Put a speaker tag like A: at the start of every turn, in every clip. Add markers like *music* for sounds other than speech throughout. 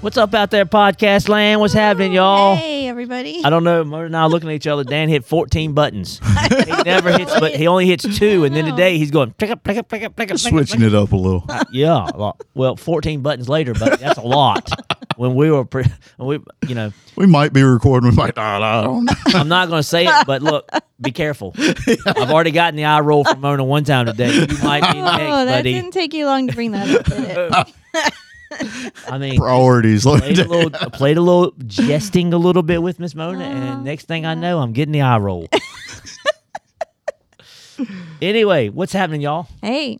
A: What's up out there, podcast land? What's happening, y'all?
B: Hey, everybody.
A: I don't know. Murder and I looking at each other. Dan hit 14
B: *laughs*
A: buttons. He never hits, but he only hits two. And then today he's going, pick up, pick up, pick up, pick up.
C: Switching it up a little.
A: Yeah. a lot. Well, 14 buttons later, but that's a lot. When we were, pre- when we, you know,
C: We might be recording, we might not. I don't know.
A: I'm not going to say it, but look, be careful. I've already gotten the eye roll from Mona one time today. You might be next,
B: *laughs* Oh, that
A: buddy.
B: didn't take you long to bring that up, did
A: *laughs*
B: it?
A: I mean,
C: Priorities.
A: played a little, I played a little jesting a little bit with Miss Mona, and next thing I know, I'm getting the eye roll. anyway, what's happening, y'all?
B: Hey,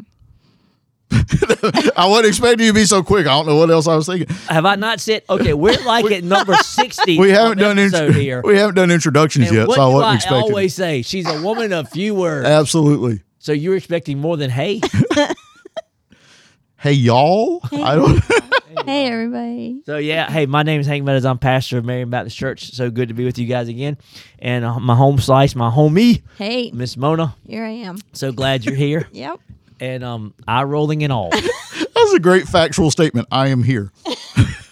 C: I wasn't expecting you to be so quick. I don't know what else I was thinking.
A: Have I not said okay? We're like at number sixty.
C: We haven't
A: on
C: done *laughs*
A: episode
C: intro-
A: here.
C: we haven't done introductions
A: And
C: yet,
A: what
C: so I
A: do
C: wasn't
A: I
C: expecting.
A: always say she's a woman of few
C: *laughs*
A: words.
C: Absolutely.
A: so you're expecting more than hey.
C: Hey y'all. I don't. *laughs*
B: hey, everybody.
A: So yeah, hey, my name is Hank Meadows. I'm pastor of Marion Baptist Church. So good to be with you guys again, and uh, my home slice, my homie,
B: Hey,
A: Miss Mona.
B: here I am.
A: So glad you're here,
B: Yep.
A: and um, eye rolling and all.
C: That's a great factual statement. I am here.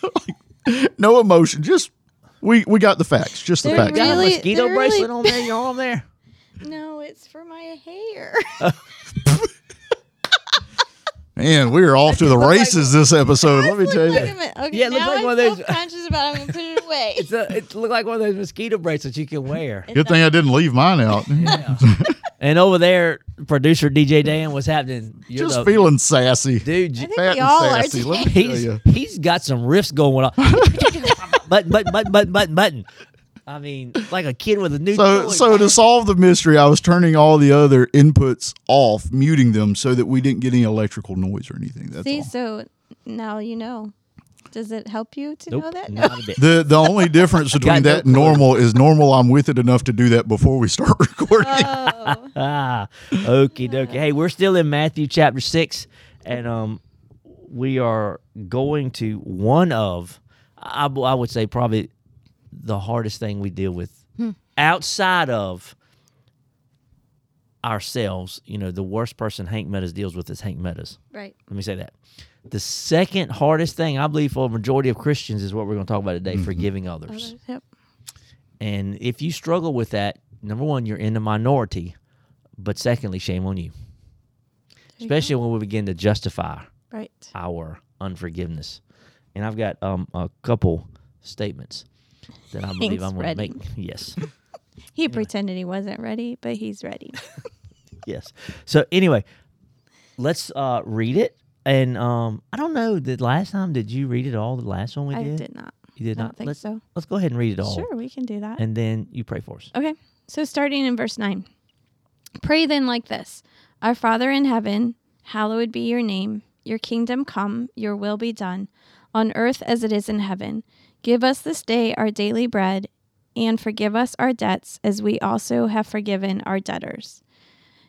C: *laughs* no emotion. Just we we got the facts. Just the
B: They're
C: facts.
A: Got a
B: Really?
A: mosquito
B: They're
A: bracelet
B: really-
A: on there, your arm *laughs* there.
B: No, it's for my hair.
C: Man, we are off
A: *laughs*
C: to the races this episode. Let me tell
B: *laughs* Wait a
C: you.
B: minute. Okay,
A: Yeah, it looks
B: now
A: like
B: I'm
A: one of those-
B: self-conscious about. it. I'm gonna put
A: *laughs*
B: it away.
A: It's a, it looked like one of those mosquito bracelets you can wear.
C: Good thing I didn't leave mine out.
A: and over there, producer DJ Dan, what's happening? You're
C: Just
A: the-
C: feeling sassy.
A: dude.
B: I
A: you-
B: think
C: Fat
B: we all
C: and
B: are.
C: sassy. Let me
B: today.
C: tell
A: *laughs* He's
C: you.
A: he's got some riffs going on. *laughs* but but but but but but. I mean, like a kid with a new
C: So,
A: toy.
C: so to solve the mystery, I was turning all the other inputs off, muting them so that we didn't get any electrical noise or anything. That's
B: See,
C: all.
B: so now you know. Does it help you to know
A: nope,
B: that? No.
A: not a bit.
C: The the only
B: *laughs*
C: difference between
A: Got no
C: that and
A: clue.
C: normal is normal. I'm with it enough to do that before we start *laughs* recording.
A: *laughs*
B: Oh,
A: Ah, okie dokie. Hey, we're still in Matthew chapter six, and um, we are going to one of, I, I would say, probably the hardest thing we deal with outside of ourselves. You know, the worst person Hank Meadows deals with is Hank Meadows.
B: right.
A: Let me say that. The second hardest thing I believe for a majority of Christians is what we're going to talk about today: forgiving others.
B: Others, Yep.
A: And if you struggle with that, number one, you're in the minority. But secondly, shame on you.
B: you
A: Especially when we begin to justify
B: Right.
A: our unforgiveness. And I've got um, a couple statements that
B: *laughs*
A: I believe
B: Thanks,
A: I'm going to
B: Freddie.
A: make. Yes. *laughs*
B: He pretended he wasn't ready, but he's ready.
A: Oh, yes. So anyway, let's uh, read it. And um, I don't know, did last time, did you read it all? The last one we
B: I
A: did?
B: did not.
A: You did
B: I don't
A: not?
B: think
A: let's,
B: so.
A: Let's go ahead and read it all.
B: Sure, we can do that.
A: And then you pray for us.
B: Okay, so starting in verse 9 Pray then like this Our Father in heaven, hallowed be your name, your kingdom come, your will be done, on earth as it is in heaven. Give us this day our daily bread, and forgive us our debts as we also have forgiven our debtors.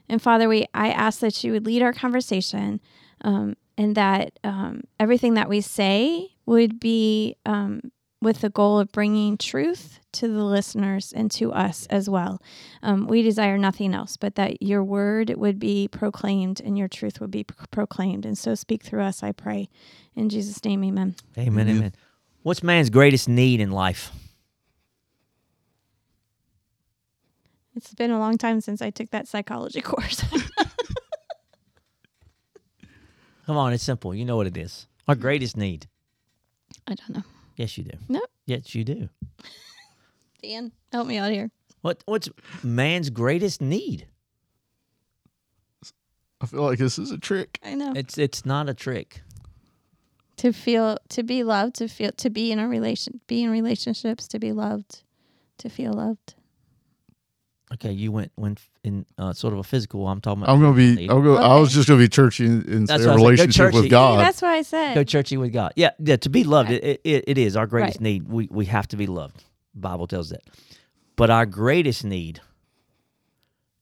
B: And Father, we I ask that you would lead our conversation, um, and that um, everything that we say would be um, with the goal of bringing truth to the listeners and to us as well. Um, we desire nothing else but that your word would be proclaimed and your truth would be pro- proclaimed. And so speak through us, I pray. In Jesus' name, amen.
A: Amen, amen. What's man's greatest need in life?
B: It's been a long time since I took that psychology *laughs* course.
A: Come on, it's simple. You know what it is. Our greatest need.
B: I don't know.
A: Yes, you do.
B: No.
A: Yes, you do.
B: Dan, help me out here.
A: What what's man's greatest need?
C: I feel like this is a trick.
B: I know.
A: It's it's not a trick.
B: to feel, to be loved, to feel, to be in a relation, be in relationships, to be loved, to feel loved.
A: Okay, you went when in uh, sort of a physical. I'm talking about
C: I'm gonna be. I'm gonna, I was
B: Okay.
C: just gonna be churchy and, and say
A: That's what I said. Go
C: relationship
A: churchy.
C: with God.
B: that's what I said.
A: go churchy with God. Yeah, yeah. To be loved, it, it, it is our greatest
B: Right.
A: need. We we have to be loved. Bible tells that. But our greatest need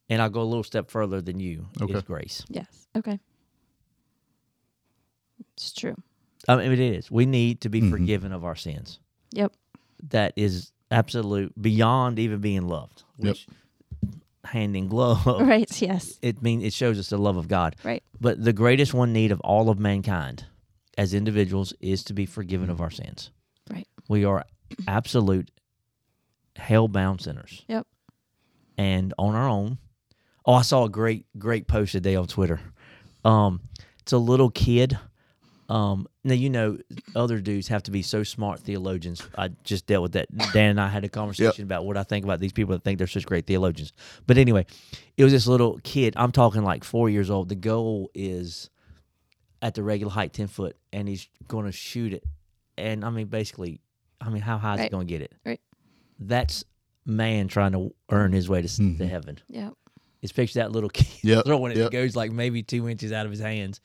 A: And I'll go a little step further than you
C: Okay.
A: is grace.
B: Yes. Okay. It's true.
A: I mean, it is. We need to be forgiven of our sins.
B: Yep.
A: That is absolute beyond even being loved.
C: Yep.
A: Which hand in glove.
B: Right. Yes.
A: It mean it shows us the love of God.
B: Right.
A: But the greatest one need of all of mankind as individuals is to be forgiven of our sins.
B: Right.
A: We are absolute hell-bound sinners.
B: Yep.
A: and on our own. Oh, I saw a great great post today on Twitter. Um, it's a little kid. Um, now you know other dudes have to be so smart theologians. I just dealt with that. Dan and I had a conversation about what I think about these people that think they're such great theologians. But anyway, it was this little kid. I'm talking like four years old. The goal is at the regular height, ten foot, and he's going to shoot it. And I mean, basically, I mean, how high is he
B: Right.
A: going to get it?
B: Right.
A: That's man trying to earn his way to, s to
C: Mhm.
A: heaven.
B: Yep.
A: It's picture that little *laughs* kid
C: Yep,
A: throwing it.
C: yep.
A: It goes like maybe two inches out of his hands.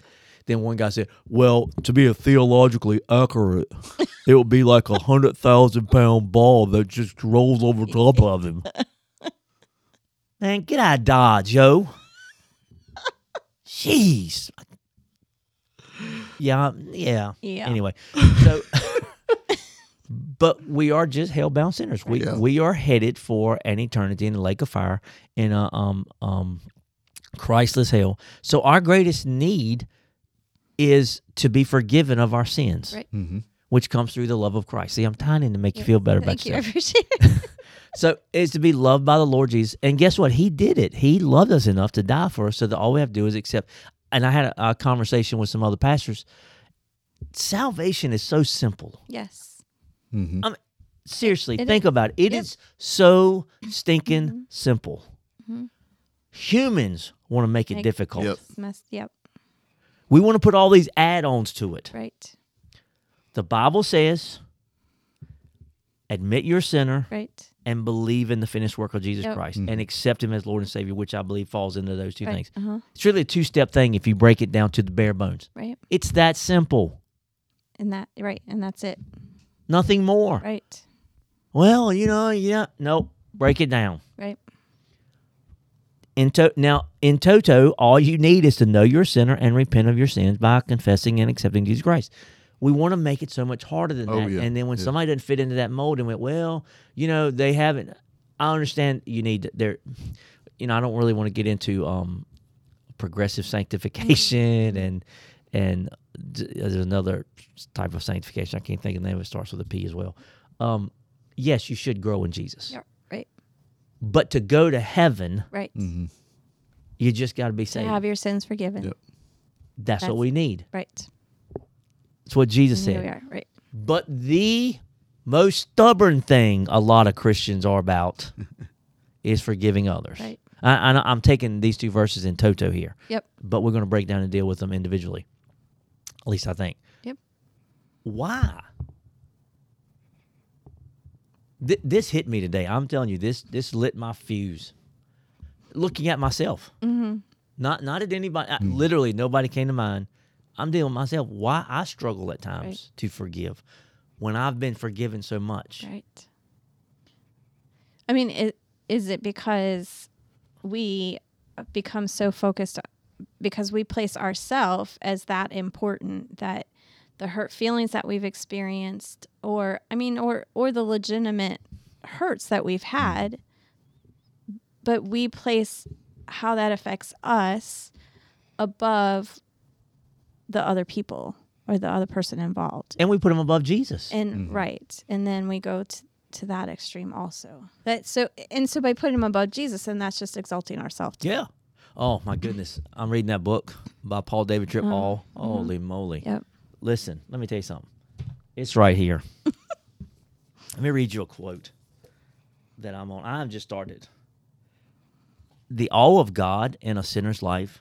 A: Then one guy said, "Well, to be a theologically accurate, it would be like a hundred thousand pound ball that just rolls over top of him." *laughs* Man, get out of dodge, *laughs* yo. Jeez. Yeah, yeah.
B: Yeah.
A: Anyway, so *laughs* but we are just hell bound sinners. We
C: Yeah.
A: we are headed for an eternity in the lake of fire in a um um Christless hell. So our greatest need is to be forgiven of our sins,
B: Right.
C: Mm-hmm.
A: which comes through the love of Christ. See, I'm tiny to make you feel
B: *laughs*
A: better about
B: Thank you. I
A: yourself. *laughs*
B: appreciate it.
A: So it's to be loved by the Lord Jesus. And guess what? He did it. He loved us enough to die for us. So that all we have to do is accept. And I had a, a conversation with some other pastors. Salvation is so simple. *laughs*
B: Yes.
C: Mm-hmm.
A: Seriously,
B: It Mm-hmm.
A: think about it. It is
B: Yep.
A: so stinking simple.
B: Mhm.
A: Humans want to make it
B: Make-
A: difficult.
C: Yep.
B: It's messed. Yep.
A: We want to put all these add-ons to it.
B: Right.
A: The Bible says, "Admit you're a sinner
B: Right.
A: and believe in the finished work of Jesus
B: Yep.
A: Christ, and accept Him as Lord and Savior," which I believe falls into those two
B: right.
A: things.
B: Uh-huh.
A: It's really a two-step thing if you break it down to the bare bones.
B: Right.
A: It's that simple.
B: And that. Right. And that's it.
A: Nothing more.
B: Right.
A: Well, you know, yeah, nope. Break it down.
B: Right.
A: In to- now, in toto, all you need is to know you're a sinner and repent of your sins by confessing and accepting Jesus Christ. We want to make it so much harder than
C: Oh,
A: that.
C: yeah,
A: And then when
C: yeah.
A: somebody doesn't fit into that mold and went, well, you know, they haven't. I understand you need to, there. You know, I don't really want to get into um, progressive sanctification and and d- there's another type of sanctification. I can't think of the name. It starts with a P as well. Um, yes, you should grow in Jesus,
B: Yeah. Right.
A: but to go to heaven,
B: Right.
C: Mm-hmm.
A: you just got to be
B: To
A: saved.
B: have your sins forgiven.
C: Yep.
A: That's,
B: That's-
A: what we need.
B: Right.
A: That's what Jesus
B: And here we
A: said.
B: are. Right.
A: But the most stubborn thing a lot of Christians are about is forgiving others.
B: Right.
A: I, I, I'm taking these two verses in toto here,
B: Yep.
A: but we're going to break down and deal with them individually. At least I think.
B: Yep.
A: Why? Th- this hit me today. I'm telling you, this this lit my fuse. Looking at myself.
B: Mm-hmm.
A: Not not at anybody. I, literally, nobody came to mind. I'm dealing with myself. Why I struggle at times
B: Right.
A: to forgive when I've been forgiven so much.
B: Right. I mean, i- is it because we become so focused because we place ourselves as that important that the hurt feelings that we've experienced or I mean or or the legitimate hurts that we've had but we place how that affects us above the other people or the other person involved
A: And we put him above Jesus.
B: and right and then we go to, to that extreme also that so and so by putting him above jesus and that's just exalting ourselves too.
A: yeah. Oh my goodness. I'm reading that book by Paul David Tripp. All holy moly.
B: yep
A: Listen, let me tell you something. It's right here. let me read you a quote that I'm on. I've just started. The awe of God in a sinner's life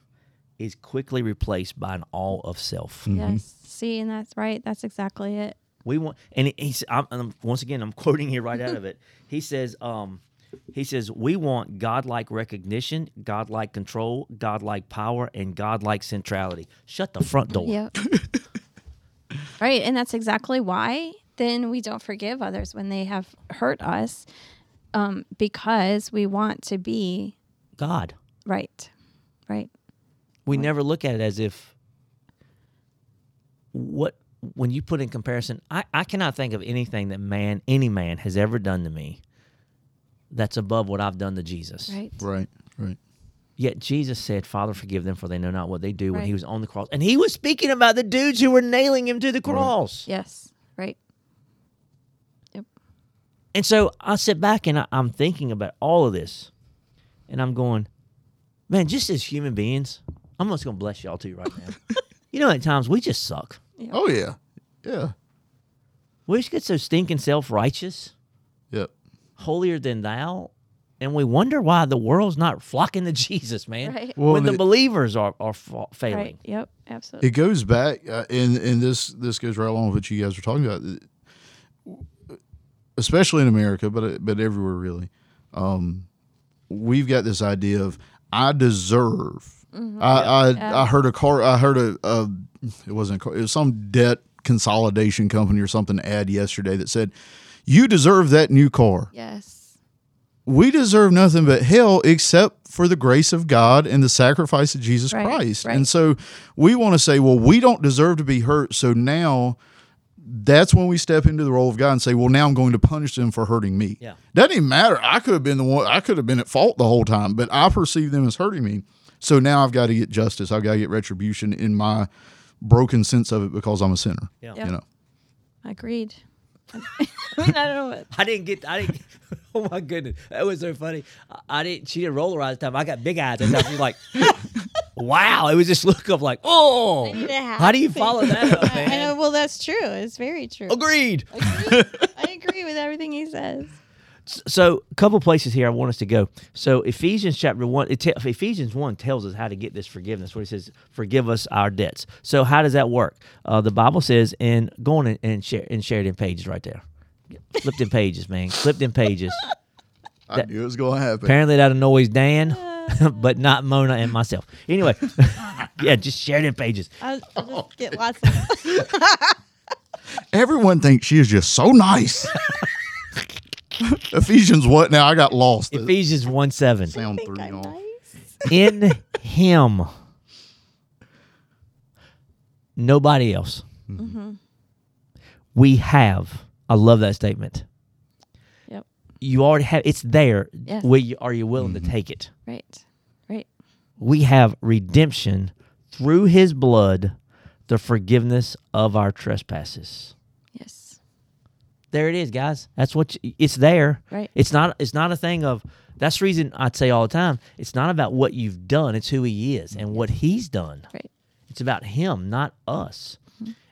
A: is quickly replaced by an awe of self.
B: yes see and that's right that's exactly it
A: We want, and he- he's. I'm, I'm once again. I'm *laughs* quoting here right out of
B: *laughs*
A: it. He says, um, he says, we want godlike recognition, godlike control, godlike power, and godlike centrality. Shut the front door.
B: yep right and that's exactly why then we don't forgive others when they have hurt us um, because we want to be
A: God.
B: Right. Right.
A: We never look at it as if what when you put in comparison, I, I cannot think of anything that man any man has ever done to me that's above what I've done to Jesus.
B: Right.
C: Right. Right.
A: Yet Jesus said, Father, forgive them for they know not what they do when
B: Right.
A: he was on the cross. And he was speaking about the dudes who were nailing him to the cross.
B: Yes. Right.
A: And so I sit back and I, I'm thinking about all of this. And I'm going, man, just as human beings, I'm just going to bless y'all too right
B: *laughs*
A: now. you know, at times we just suck.
C: Oh yeah. Yeah.
A: We just get so stinking self righteous,
C: Yep.
A: holier than thou. And we wonder why the world's not flocking to *laughs* Jesus, man.
B: Right.
C: Well,
A: when the
C: and it-
A: believers are, are fa- failing.
B: Right. Yep. Absolutely.
C: It goes back, uh, and and this this goes right along with what you guys were talking about, especially in America, but but everywhere really. Um, we've got this idea of I deserve. I, I I heard a car. I heard a, a it wasn't a car, it was some debt consolidation company or something ad yesterday that said you deserve that new car.
B: Yes.
C: We deserve nothing but hell except for the grace of God and the sacrifice of Jesus
B: Right,
C: Christ.
B: right.
C: And so we want to say, well, we don't deserve to be hurt. So now that's when we step into the role of God and say, well, now I'm going to punish them for hurting me.
A: Yeah.
C: Doesn't even matter. I could have been the one, I could have been at fault the whole time, but I perceive them as hurting me. So now I've got to get justice. I've got to get retribution in my broken sense of it because I'm a sinner.
A: Yeah.
B: Yep.
C: You know,
B: Agreed. *laughs* I mean, I don't know what.
A: I didn't get. *laughs* I didn't. Oh my goodness, that was so funny. I, I didn't. She didn't roll her eyes that time. I got big eyes that time. She's like, *laughs* "Wow!" It was this look of like, "Oh,
D: need a
A: how do you
D: happy-
A: follow that up,
D: *laughs* I know.
A: man?"
D: Well, that's true. It's very true.
A: Agreed.
B: I agree with everything he says.
A: So, a couple places here I want us to go. So, Ephesians chapter one, it te- Ephesians one tells us how to get this forgiveness. Where he says, "Forgive us our debts." So, how does that work? Uh, the Bible says, and go on and, and share and share it in pages right there. Flipped in pages, man. Flipped in pages.
C: I knew it was going to happen.
A: Apparently that annoys Dan, *laughs* but not Mona and myself. Anyway, *laughs* yeah, just share them pages.
D: I'll, I'll just get lots of.
C: Everyone thinks she is just so nice. Ephesians what now? I got lost.
A: Ephesians 1 7.
C: Sound
D: think
C: through
D: I'm
C: y'all.
D: nice.
A: In him, nobody else. We have, I love that statement.
B: Yep.
A: You already have, it's there.
B: Yes.
A: Will you, are you willing to take it?
B: Right. Right.
A: we have redemption through his blood, the forgiveness of our trespasses.
B: Yes.
A: There it is, guys. That's what you, it's there.
B: Right.
A: It's not it's not a thing of that's the reason I'd say all the time, it's not about what you've done, it's who he is and what he's done.
B: Right.
A: It's about him, not us.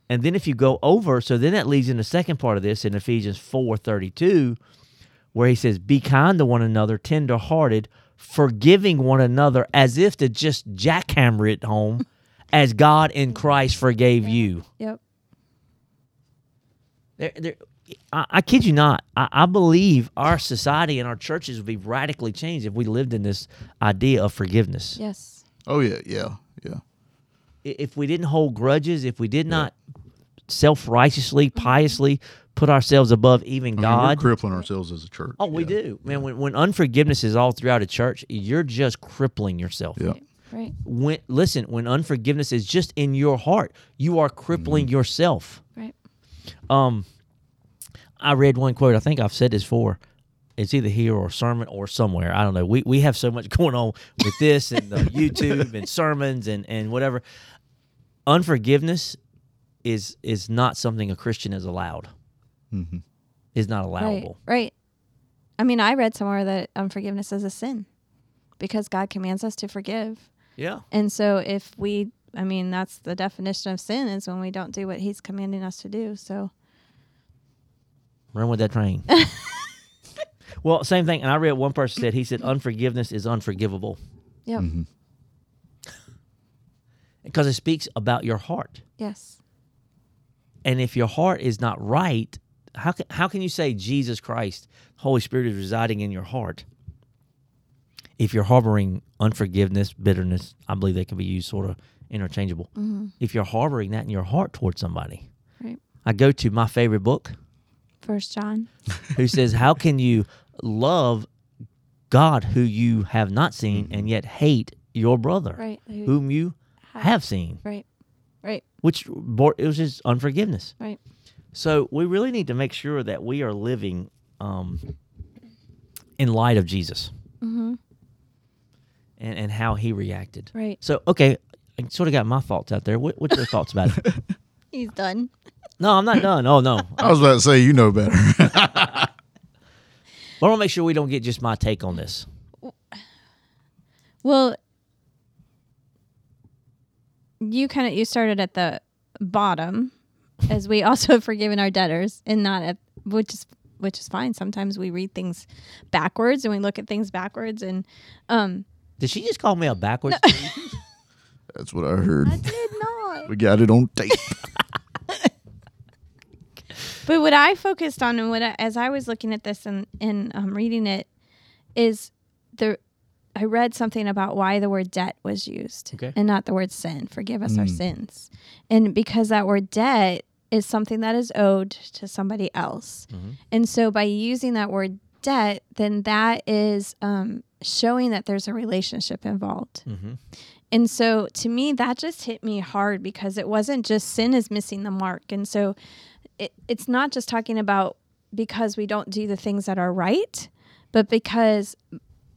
A: And then if you go over, so then that leads in the second part of this in Ephesians 4:32 where he says be kind to one another, tender-hearted, forgiving one another as if to just jackhammer it home as God in Christ forgave you.
B: Yep.
A: There, there, I, I kid you not. I, I believe our society and our churches would be radically changed if we lived in this idea of forgiveness.
B: Yes.
C: Oh yeah, yeah, yeah.
A: I- If we didn't hold grudges, if we did not self righteously, piously put ourselves above even
C: I mean, we're
A: God.
C: crippling ourselves as a church.
A: Oh, we
C: yeah.
A: do, man. When, when unforgiveness is all throughout a church, you're just crippling yourself.
C: Yeah.
B: Right.
A: When listen, when unforgiveness is just in your heart, you are crippling
C: Mm-hmm.
A: yourself.
B: Right.
A: Um, I read one quote. I think I've said this before. It's either here or sermon or somewhere. I don't know. We we have so much *laughs* going on with this and uh, YouTube and sermons and and whatever. Unforgiveness is is not something a Christian is allowed. Is not
B: Right.
A: allowable.
B: Right. I mean, I read somewhere that unforgiveness is a sin because God commands us to forgive.
A: Yeah.
B: And so if we, I mean, that's the definition of sin is when we don't do what he's commanding us to do. So,
A: Run with that train. well, same thing. And I read one person said he said unforgiveness is unforgivable
B: yep.
A: because it speaks about your heart.
B: Yes.
A: and if your heart is not right how can, how can you say jesus christ holy spirit is residing in your heart if you're harboring unforgiveness bitterness i believe they can be used sort of interchangeable if you're harboring that in your heart towards somebody
B: Right.
A: i go to my favorite book
B: First John.
A: who says how can you love God who you have not seen and yet hate your brother
B: Right. Who
A: whom you
B: have-
A: have seen,
B: Right. Right.
A: which bor- it was just unforgiveness.
B: Right.
A: So we really need to make sure that we are living um, in light of Jesus
B: Mm-hmm.
A: and, and how he reacted.
B: Right.
A: So, okay, I sort of got my thoughts out there. What, what's your thoughts about
B: *laughs*
A: it?
D: He's done.
A: No, I'm not done. Oh, no.
C: I was about to say you know better. *laughs*
A: But I want to make sure we don't get just my take on this.
B: Well, you kind of you started at the bottom, as we also have forgiven our debtors, and not at which is which is fine. Sometimes we read things backwards and we look at things backwards, and um,
A: Did she just call me a backwards?
C: That's what I heard.
B: did not.
C: We got it on
D: *laughs*
C: tape.
B: But what I focused on, and what I, as I was looking at this and and um, reading it, is the I read something about why the word debt was used
A: Okay.
B: and not the word sin. Forgive us our sins, and because that word debt is something that is owed to somebody else, and so by using that word debt, then that is um, showing that there's a relationship involved.
A: *laughs* Mhm.
B: And so to me, that just hit me hard because it wasn't just sin is missing the mark. And so it, it's not just talking about because we don't do the things that are right, but because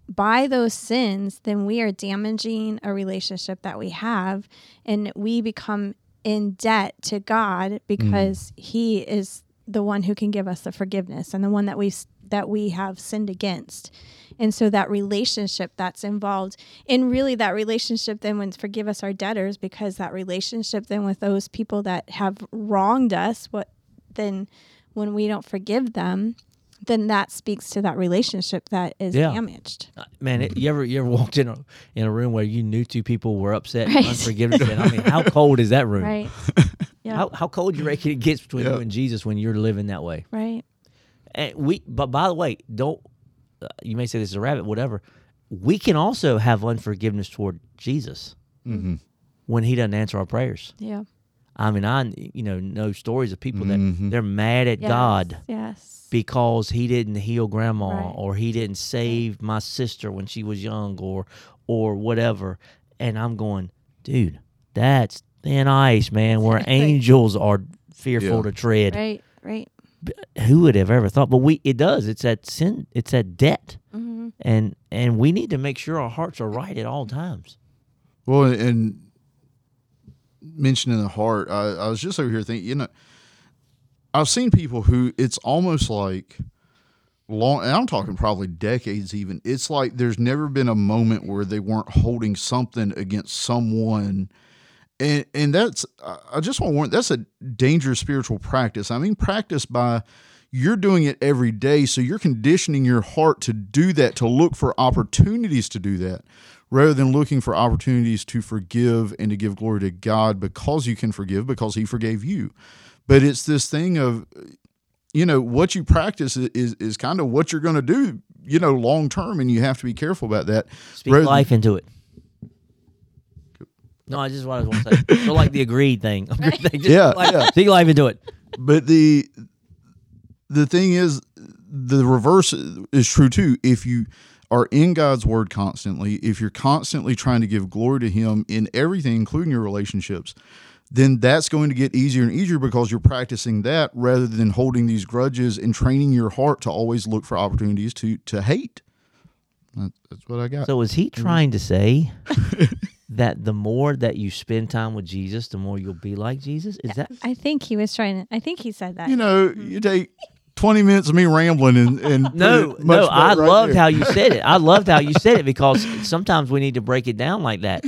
B: by those sins, then we are damaging a relationship that we have and we become in debt to God because he is the one who can give us the forgiveness and the one that we that we have sinned against. And so that relationship that's involved and really that relationship then when forgive us our debtors because that relationship then with those people that have wronged us what then when we don't forgive them then that speaks to that relationship that is
A: Yeah.
B: damaged.
A: Uh, Man, it, you ever you ever walked in a in a room where you knew two people were upset, and
B: Right.
A: unforgiveness? And I mean, how cold is that room?
B: *laughs* Right. yeah.
A: How how cold you reckon it gets between
C: Yeah.
A: you and Jesus when you're living that way?
B: right.
A: And we, but by the way, don't uh, you may say this is a rabbit, whatever. We can also have unforgiveness toward Jesus
D: Mm-hmm.
A: when He doesn't answer our prayers.
B: Yeah.
A: I mean, I you know know stories of people that
C: Mhm.
A: they're mad at
B: Yes,
A: God
B: Yes.
A: because He didn't heal Grandma
B: Right.
A: or He didn't save my sister when she was young or or whatever. And I'm going, dude, that's thin ice, man.
B: *laughs*
A: Where angels are fearful
C: Yeah.
A: to tread.
B: Right. Right.
A: who would have ever thought? But we it does. It's that sin. It's that debt,
B: Mm-hmm.
A: and and we need to make sure our hearts are right at all times.
C: Well, and mentioning the heart, I, I was just over here thinking, you know, I've seen people who it's almost like long, and I'm talking probably decades even. It's like there's never been a moment where they weren't holding something against someone. And, and that's I I just want to warn that's a dangerous spiritual practice. I mean practice by you're doing it every day, so you're conditioning your heart to do that, to look for opportunities to do that, rather than looking for opportunities to forgive and to give glory to God because you can forgive because He forgave you. But it's this thing of you know what you practice i- is is kind of what you're going to do you know long term and you have to be careful about that
A: Speak
C: rather than-
A: life into it. No, I just what I was going to *laughs* say. So like the agreed thing. *laughs* Agreed thing. Just
C: Yeah,
A: like- Speak life into it.
C: but the the thing is the reverse is true too if you are in God's word constantly if you're constantly trying to give glory to him in everything including your relationships then that's going to get easier and easier because you're practicing that rather than holding these grudges and training your heart to always look for opportunities to to hate That- that's what I got
A: So is he trying to *laughs* say that the more that you spend time with Jesus, the more you'll be like Jesus? Is that
B: I think he was trying to. I think he said that.
C: you know you take 20 minutes of me rambling and, and put
A: *laughs* no,
C: it much
A: no.
C: better
A: I
C: right
A: loved
C: there.
A: how you said it. I loved how you said it *laughs* because sometimes we need to break it down like that.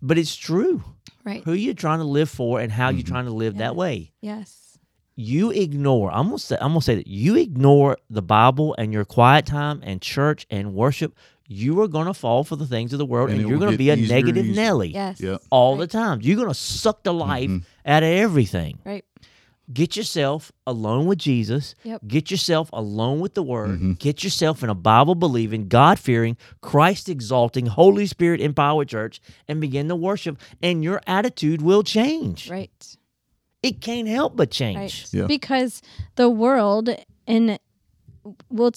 A: But it's true.
B: right.
A: Who you're trying to live for and how you're
C: Mm-hmm.
A: trying to live
B: Yeah.
A: that way.
B: Yes.
A: You ignore. I'm gonna say. I'm gonna say that you ignore the Bible and your quiet time and church and worship. You are gonna fall for the things of the world,
C: And
A: and,
C: it
A: you're
C: will
A: gonna
C: get
A: be a
C: easier and
A: negative
C: easier. Mm-hmm.
A: Nelly
B: Yes.
C: Yep.
A: all the
B: Right.
A: time. You're gonna suck the life out of everything.
B: Right.
A: Get yourself alone with Jesus.
B: Yep.
A: Get yourself alone with the Word.
C: Mm-hmm.
A: Get yourself in a Bible believing, God fearing, Christ exalting, Holy Spirit empowered church and begin to worship, and your attitude will change.
B: Right.
A: It can't help but change.
B: Right.
C: Yeah.
B: Because the world and will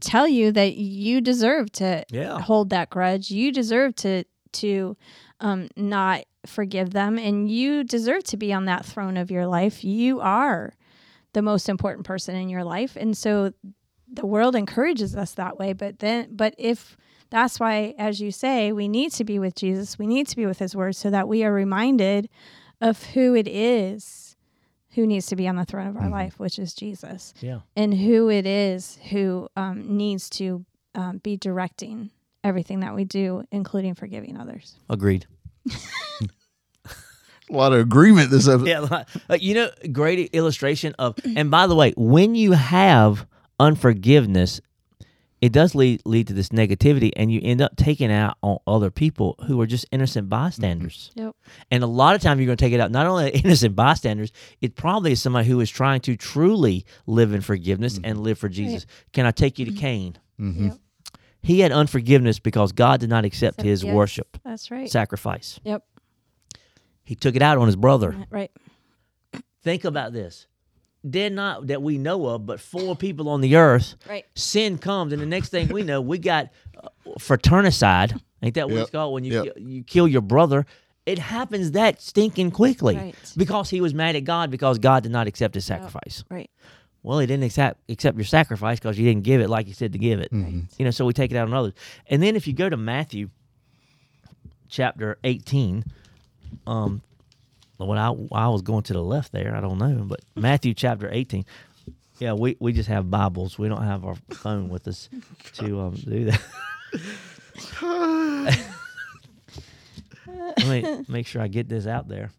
B: tell you that you deserve to
A: Yeah.
B: hold that grudge. You deserve to to um, not forgive them, and you deserve to be on that throne of your life. You are the most important person in your life, and so the world encourages us that way. But then, but if that's why, as you say, we need to be with Jesus. We need to be with His Word, so that we are reminded of who it is who needs to be on the throne of our life, which is Jesus
A: Yeah.
B: and who it is who um, needs to um, be directing everything that we do, including forgiving others.
A: Agreed.
C: A lot of agreement this episode.
A: Yeah. like- like, you know, great illustration of,
B: Mm-hmm.
A: and by the way, when you have unforgiveness, it does lead, lead to this negativity, and you end up taking out on other people who are just innocent bystanders.
B: Mm-hmm. Yep.
A: And a lot of time you're going to take it out not only *laughs* innocent bystanders, it probably is somebody who is trying to truly live in forgiveness and live for Jesus. Can I take
B: Mm-hmm.
A: you to Cain?
C: Mhm.
B: Yep.
A: He had unforgiveness because God did not accept
B: Accept-
A: his
B: yes.
A: worship
B: That's right.
A: sacrifice.
B: Yep.
A: He took it out on his brother.
B: Right.
A: Think about this. Did not that we know of, but four people on the earth.
B: Right.
A: Sin comes, and the next thing we know, we got uh, fraternicide. Ain't that what
C: Yep.
A: it's called when you
C: Yep.
A: kill, you kill your brother? It happens that stinking quickly
B: Right.
A: because he was mad at God because God did not accept his sacrifice.
B: Right.
A: Well, he didn't accept accept your sacrifice because you didn't give it like he said to give it. You know, so we take it out on others. And then if you go to Matthew chapter eighteen, um, when I I was going to the left there, I don't know, but Matthew chapter eighteen. Yeah, we, we just have Bibles. We don't have our phone with us to um, do that. *laughs* Let me make sure I get this out there.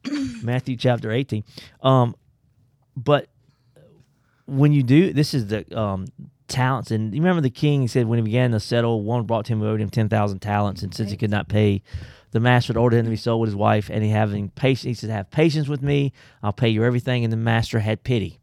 A: Matthew chapter eighteen. Um, but when you do this is the um talents and you remember the king said when he began to settle one brought to him owed him 10,000 talents and since he could not pay the master had ordered him to be sold with his wife and he having patience he said have patience with me I'll pay you everything and the master had pity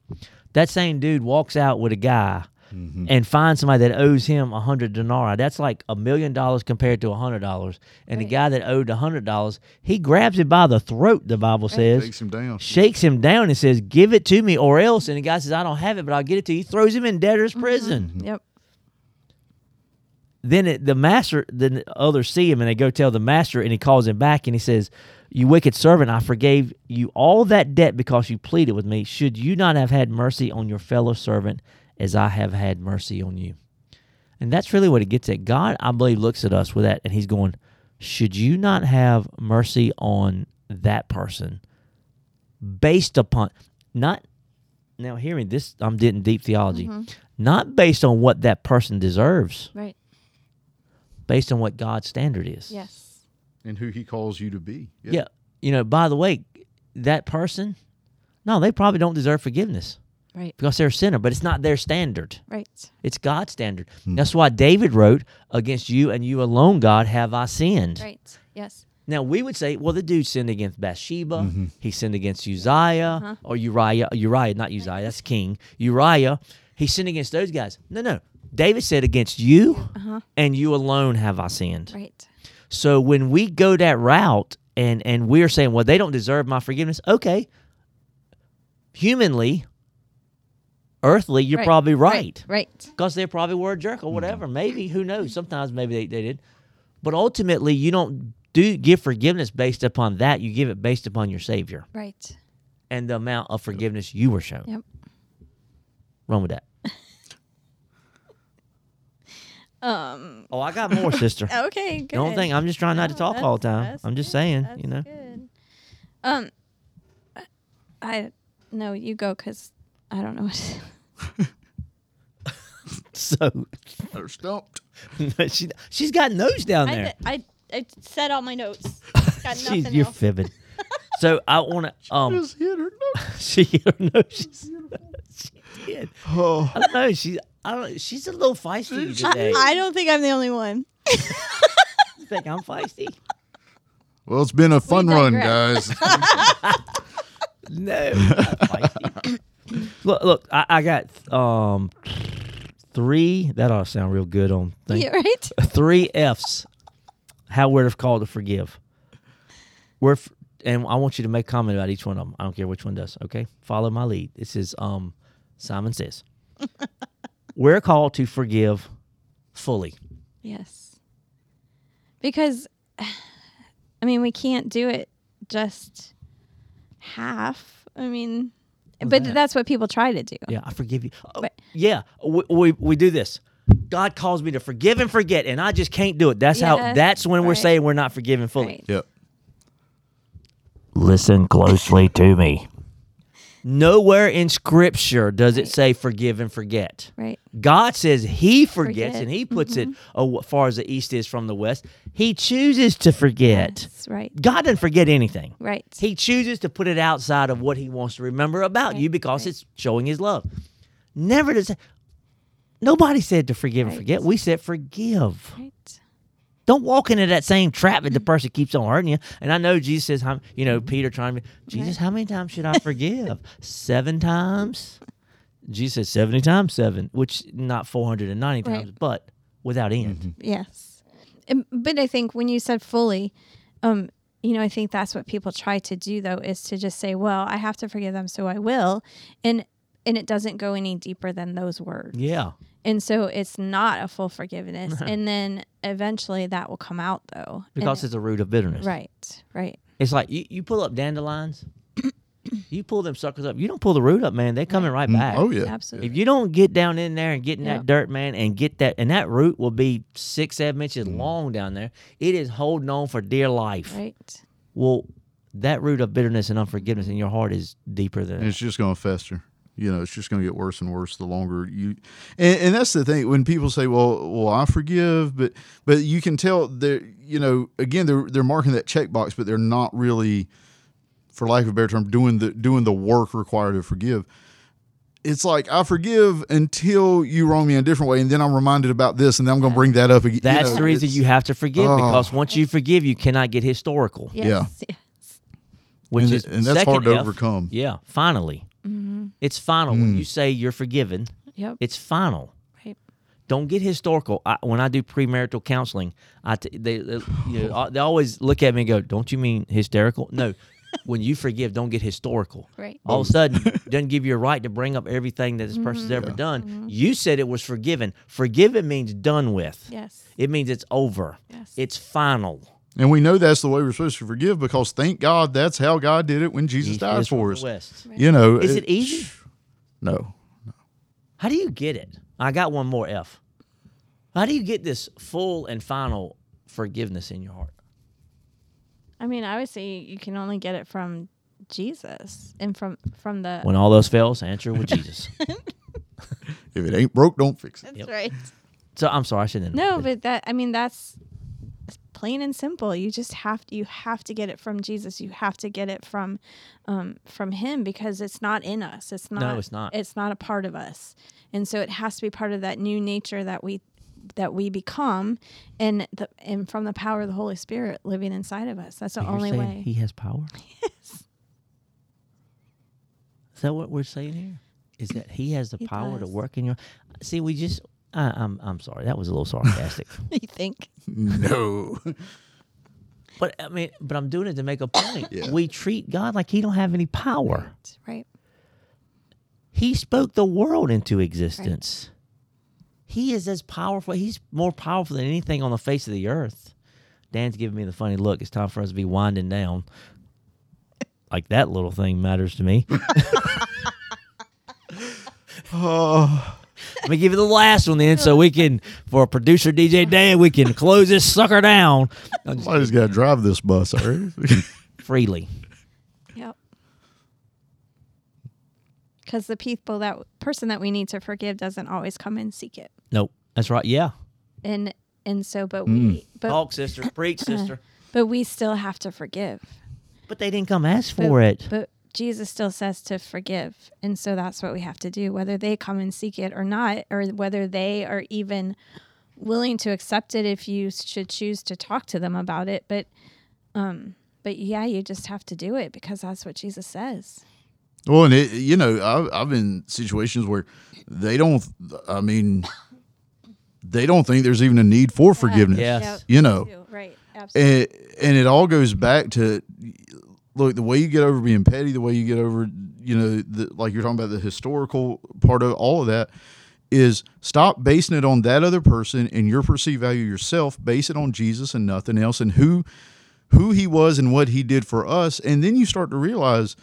A: that same dude walks out with a guy and finds somebody that owes him a hundred denarii that's like a million dollars compared to a hundred dollars and the guy that owed a hundred dollars he grabs it by the throat the bible says
C: Takes him down.
A: shakes him down and says, "Give it to me, or else." And the guy says, "I don't have it, but I'll get it to you." He throws him in debtor's prison.
B: Yep.
A: Then it, the master, then the others see him, and they go tell the master, and he calls him back, and he says, "You wicked servant, I forgave you all that debt because you pleaded with me. Should you not have had mercy on your fellow servant as I have had mercy on you?" And that's really what it gets at. God, I believe, looks at us with that, and He's going, "Should you not have mercy on that person?" based upon not now hear me this i'm getting deep theology not based on what that person deserves
B: Right.
A: based on what god's standard is
B: Yes.
C: And who he calls you to be.
A: yeah. you know by the way that person no they probably don't deserve forgiveness
B: Right.
A: because they're a sinner but it's not their standard
B: Right.
A: it's god's standard that's why david wrote against you and you alone god have i sinned
B: Right. Yes.
A: Now we would say, well, the dude sinned against Bathsheba. He sinned against Uzziah
B: Uh-huh.
A: or Uriah. Uriah, not Uzziah. That's king. Uriah. He sinned against those guys. No, no. David said, against you and you alone have I sinned.
B: Uh-huh. Right.
A: So when we go that route and and we're saying, well, they don't deserve my forgiveness. Okay. Humanly, earthly, you're probably right
B: Right.
A: because they probably were a jerk or whatever. Maybe who knows? Sometimes maybe they, they did, but ultimately you don't do give forgiveness based upon that. You give it based upon your Savior
B: Right.
A: and the amount of forgiveness you were shown.
B: Yep.
A: Wrong with that.
D: Um.
A: Oh, I got more, sister.
D: Okay. Good.
A: Don't think I'm just trying not to
D: No,
B: Oh,
A: talk all the
D: that's-
A: time.
D: that's
A: I'm just
D: good.
A: saying,
D: That's
A: you know.
D: good.
B: Um. I- I no, you go because I don't know. What *laughs*
A: So
C: They're stumped.
A: *laughs* she she's got nose down
D: I,
A: *laughs* there.
D: th- I I said all my notes. Got
A: *laughs* She-
D: nothing
A: you're
D: else.
A: fibbing.
D: *laughs*
A: so I want to um.
C: Just hit her.
A: *laughs* She you don't know
D: *laughs*
A: she's *laughs* she did.
C: Oh.
A: I don't know. She I don't. She's a little
D: *laughs*
A: feisty today.
D: I don't think I'm the only
A: *laughs*
D: one.
A: You think I'm feisty?
C: Well, it's been a fun run, guys.
A: No. look, look, I, I got um three. That ought to sound real good on thing.
B: yeah.
A: *laughs*
B: Right.
A: Three F's. How we're called to forgive. We're f- and I want you to make comment about each one of them. I don't care which one does. Okay, follow
B: *laughs*
A: my lead. This is um Simon says. we're called to forgive fully.
B: Yes. Because, *sighs* I mean, we can't do it just half. I mean, but
A: that-
B: that's what people try to do.
A: Yeah, I forgive you. Oh,
B: But-
A: yeah, we, we we do this. God calls me to forgive and forget, and I just can't do it. That's how.
B: Yeah,
A: That's when we're
B: right.
A: saying we're not forgiving
D: oh,
A: fully.
B: Right.
C: Yep.
A: Listen closely to me. Nowhere in Scripture does it say forgive and forget.
B: Right.
A: God says He forgets,
B: Forget. Mm-hmm.
A: and He puts it oh, as far as the east is from the west. He chooses to forget.
B: That's right.
A: God doesn't forget anything.
B: Right.
A: He chooses to put it outside of what he wants to remember about you
B: Right,
A: because
B: right.
A: it's showing his love. Never does. Nobody said to forgive and
B: Right.
A: forget. We said forgive.
B: right.
A: Don't walk into that same trap
B: Mm-hmm.
A: that the person keeps on hurting you. And I know Jesus says, how- you know, Peter trying to, Jesus, how many times
B: *laughs*
A: should I forgive? seven times? Jesus says 70 times seven, which not 490
B: Right. Mm-hmm.
A: times, but without end.
B: Yes. Um, But I think when you said fully, um, you know, I think that's what people try to do though is to just say, "Well, I have to forgive them, so I will," and and it doesn't go any deeper than those words.
A: Yeah.
B: And so it's not a
C: *laughs*
B: full forgiveness, and then eventually that will come out though. And
A: Because
B: it-
A: it's a root of bitterness.
B: right, right,
A: It's like you, you pull up dandelions, *coughs* you pull them suckers up. You don't pull the root up, man. They're coming right back.
C: Oh yeah.
B: absolutely.
A: If you don't get down in there and get in
B: Yeah.
A: that dirt, man, and get that, and that root will be six, seven inches
C: Mm.
A: long down there. It is holding on for dear life.
C: *laughs*
B: Right.
A: Well, that root of bitterness and unforgiveness in your heart is deeper than
C: And it's just going to fester. You know, it's just going to get worse and worse the longer you. And, and that's the thing when people say, "Well, well, I forgive," but but you can tell they're you know again they're they're marking that checkbox, but they're not really, for lack of a better term, doing the doing the work required to forgive. It's like I forgive until you wrong me in a different way, and then I'm reminded about this, and then I'm going to bring that up again. You
A: That's
C: know,
A: the reason
C: it's-
A: you have to forgive
C: Oh.
A: because once you forgive, you cannot get historical,
B: Yes. *laughs* Yeah.
A: which
C: And
A: is
C: th- and that's
A: second
C: hard to
A: F.
C: overcome. Mm.
A: Yeah, finally, it's final when you say you're forgiven.
B: Yep.
A: It's final.
B: right.
A: don't get historical. I, when I do premarital counseling, I t- they they,
C: *sighs*
A: you know, they always look at me and go, "Don't you mean hysterical?" No, when you forgive, don't get historical.
B: Right.
A: All of a sudden,
C: *laughs*
A: doesn't give you a right to bring up everything that this
B: Mm-hmm.
A: person's ever done. You said it was forgiven. Forgiven means done with.
B: Yes.
A: It means it's over.
B: Yes.
A: It's final.
C: And we know that's the way we're supposed to forgive because thank God that's how God did it when Jesus
A: East
C: died
A: is from
C: for
A: the
C: us.
A: West.
C: You know,
A: Is it easy?
C: *sniffs* No.
A: How do you get it? I got one more F. How do you get this full and final forgiveness in your heart?
B: I mean, I would say you can only get it from Jesus and from from the *laughs*
A: When all else fails, answer with Jesus.
C: If it ain't broke, don't fix it.
A: *laughs*
D: That's right.
A: So I'm sorry, I shouldn't.
B: No, but that I mean that's it's plain and simple. You just have you have to get it from Jesus. You have to get it from um, from Him because it's not in us. It's not.
A: it's not.
B: It's not a part of us, and so it has to be part of that new nature that we that we become, and the and from the power of the Holy Spirit living inside of us. That's the
A: You're
B: only
A: saying
B: way.
A: He has power. *laughs* Yes. Is that what we're saying here? Is that he has the
B: He
A: power
B: does.
A: to work in your? See, we just. I, I'm I'm sorry. That was a little *laughs* sarcastic.
B: *laughs* you think?
C: No.
A: but I mean, but I'm doing it to make a point.
C: Yeah.
A: We treat God like He don't have any power.
B: Right.
A: He spoke the world into existence. He is as powerful. He's more powerful than anything on the face of the earth. Dan's giving me the funny look. It's time for us to be winding down. Like that little thing matters to
B: *laughs*
A: me.
C: Oh,
A: Let me give you the last one then, so we can, for producer DJ Dan, we can close this sucker down *laughs* I'm just-
C: somebody's got to drive this bus, all right? *laughs*
A: freely.
B: Yep. Because the people that person that we need to forgive doesn't always come and seek it.
A: Nope, that's right. Yeah,
B: and and so but we but
A: talk, sister, preach,
B: *laughs*
A: sister.
B: but we still have to forgive
A: But they didn't come ask
B: but,
A: for it.
B: but jesus still says to forgive and so that's what we have to do whether they come and seek it or not or whether they are even willing to accept it if you should choose to talk to them about it but um but yeah you just have to do it because that's what jesus says
C: well, and it, you know, I've, I've been in situations where they don't, I mean, they don't think there's even a need for forgiveness.
A: Yes.
C: You know,
B: right absolutely
C: and, and it all goes back to look the way you get over being petty the way you get over you know the, like you're talking about the historical part of all of that is stop basing it on that other person and your perceived value yourself. Base it on Jesus and nothing else, and who who he was and what he did for us. And then you start to realize,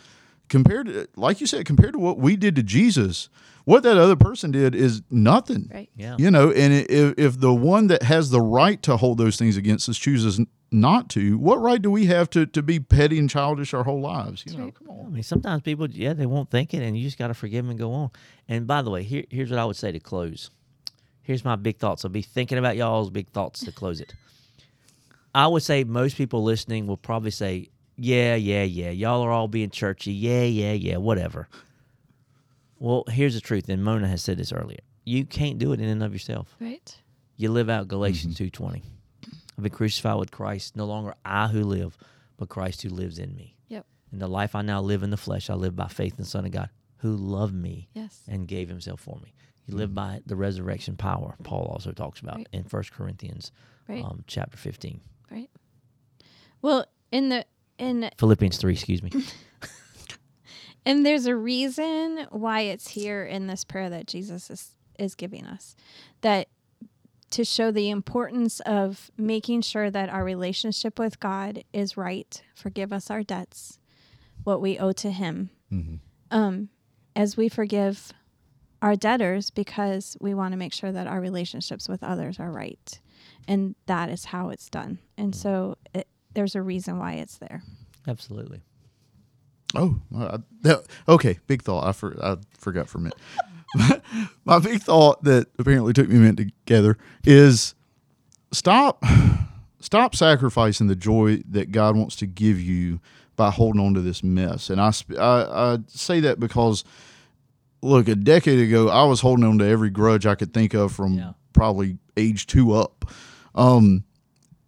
C: compared to like you said, compared to what we did to Jesus, what that other person did is nothing.
B: Right.
A: Yeah.
C: You know, and i- if if the one that has the right to hold those things against us chooses n- not to, what right do we have to to be petty and childish our whole lives? You know, come on.
A: I mean, sometimes people, yeah, they won't think it, and you just got to forgive them and go on. And by the way, here, here's what I would say to close. Here's my big thoughts. I'll be thinking about y'all's big thoughts to close it. I would say most people listening will probably say, yeah, yeah, yeah. Y'all are all being churchy. Yeah, yeah, yeah, whatever. Well, here's the truth, and Mona has said this earlier. You can't do it in and of yourself
B: Right.
A: you live out galatians 2.20 i've been crucified with christ no longer i who live but christ who lives in me
B: Yep.
A: and the life i now live in the flesh i live by faith in the son of god who loved me
B: Yes.
A: and gave himself for me you live by the resurrection power paul also talks about
B: Right.
A: in 1 corinthians
B: Right.
A: um, chapter 15
B: Right. Well, in the in
A: philippians 3 excuse
B: *laughs*
A: me
B: and there's a reason why it's here in this prayer that Jesus is is giving us that to show the importance of making sure that our relationship with God is right. Forgive us our debts, what we owe to him.
A: Mm-hmm.
B: Um as we forgive our debtors because we want to make sure that our relationships with others are right. And that is how it's done.
A: Mm.
B: And so it, there's a reason why it's there.
A: absolutely
C: Oh, uh, that, okay. Big thought. I, for, I forgot for a minute. *laughs* My big thought that apparently took me a minute to gather is stop, stop sacrificing the joy that God wants to give you by holding on to this mess. And I, sp- I, I say that because, look, a decade ago, I was holding on to every grudge I could think of from
A: Yeah.
C: probably age two up. Um,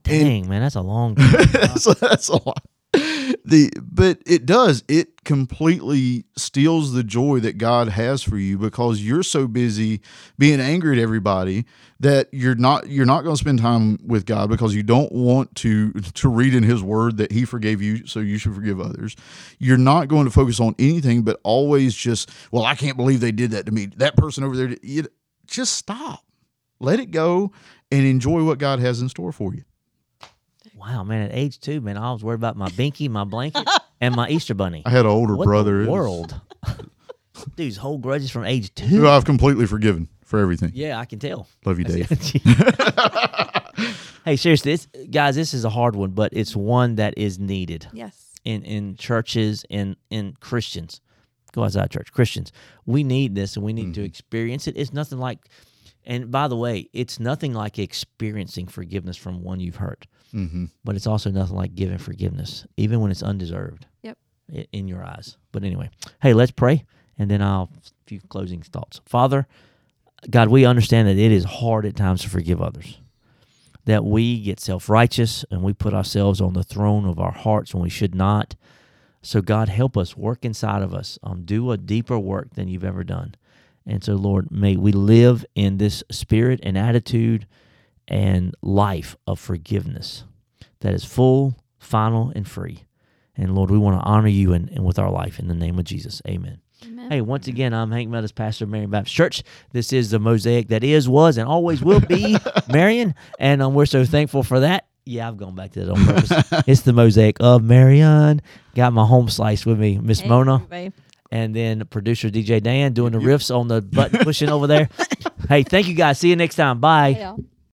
A: dang man that's a long time.
C: so *laughs* that's a lot. The but it does it completely steals the joy that God has for you because you're so busy being angry at everybody that you're not you're not going to spend time with God because you don't want to to read in His Word that He forgave you so you should forgive others. You're not going to focus on anything but always just well I can't believe they did that to me. That person over there, did-" you just stop, let it go, and enjoy what God has in store for you.
A: wow man at age two man i was worried about my binky my
B: *laughs*
A: blanket and my easter bunny
C: I had an older
A: what
C: brother. It
A: the
C: was-
A: world dude's whole grudges from age two
C: who I've completely forgiven for everything.
A: Yeah, I can tell.
C: Love you, Dave.
A: hey, seriously, it's, guys, this is a hard one, but it's one that is needed
B: Yes.
A: in in churches in in Christians. Go outside church, Christians. We need this, and we need to experience it. It's nothing like, and by the way, it's nothing like experiencing forgiveness from one you've hurt,
C: Mm-hmm.
A: but it's also nothing like giving forgiveness, even when it's undeserved.
B: Yep.
A: i- In your eyes, but anyway, hey, let's pray, and then I'll a few closing thoughts. Father, God, we understand that it is hard at times to forgive others. That we get self righteous and we put ourselves on the throne of our hearts when we should not. So, God, help us work inside of us. Um, do a deeper work than you've ever done. And so, Lord, may we live in this spirit and attitude and life of forgiveness that is full, final, and free. And Lord, we want to honor you and, and with our life in the name of Jesus. Amen.
B: Amen.
A: Hey, once again, I'm Hank Meadows, pastor of Marion Baptist Church. This is the mosaic that is, was, and always will be Marion, and um, we're so thankful for that. Yeah, I've gone back to that on purpose. it's the mosaic of Marion. Got my home slice with me, Miss Mona,
D: Everybody.
A: and then producer DJ Dan doing the riffs on the button pushing over there. hey, thank you guys. See you next time. Bye.
D: Hey, y'all.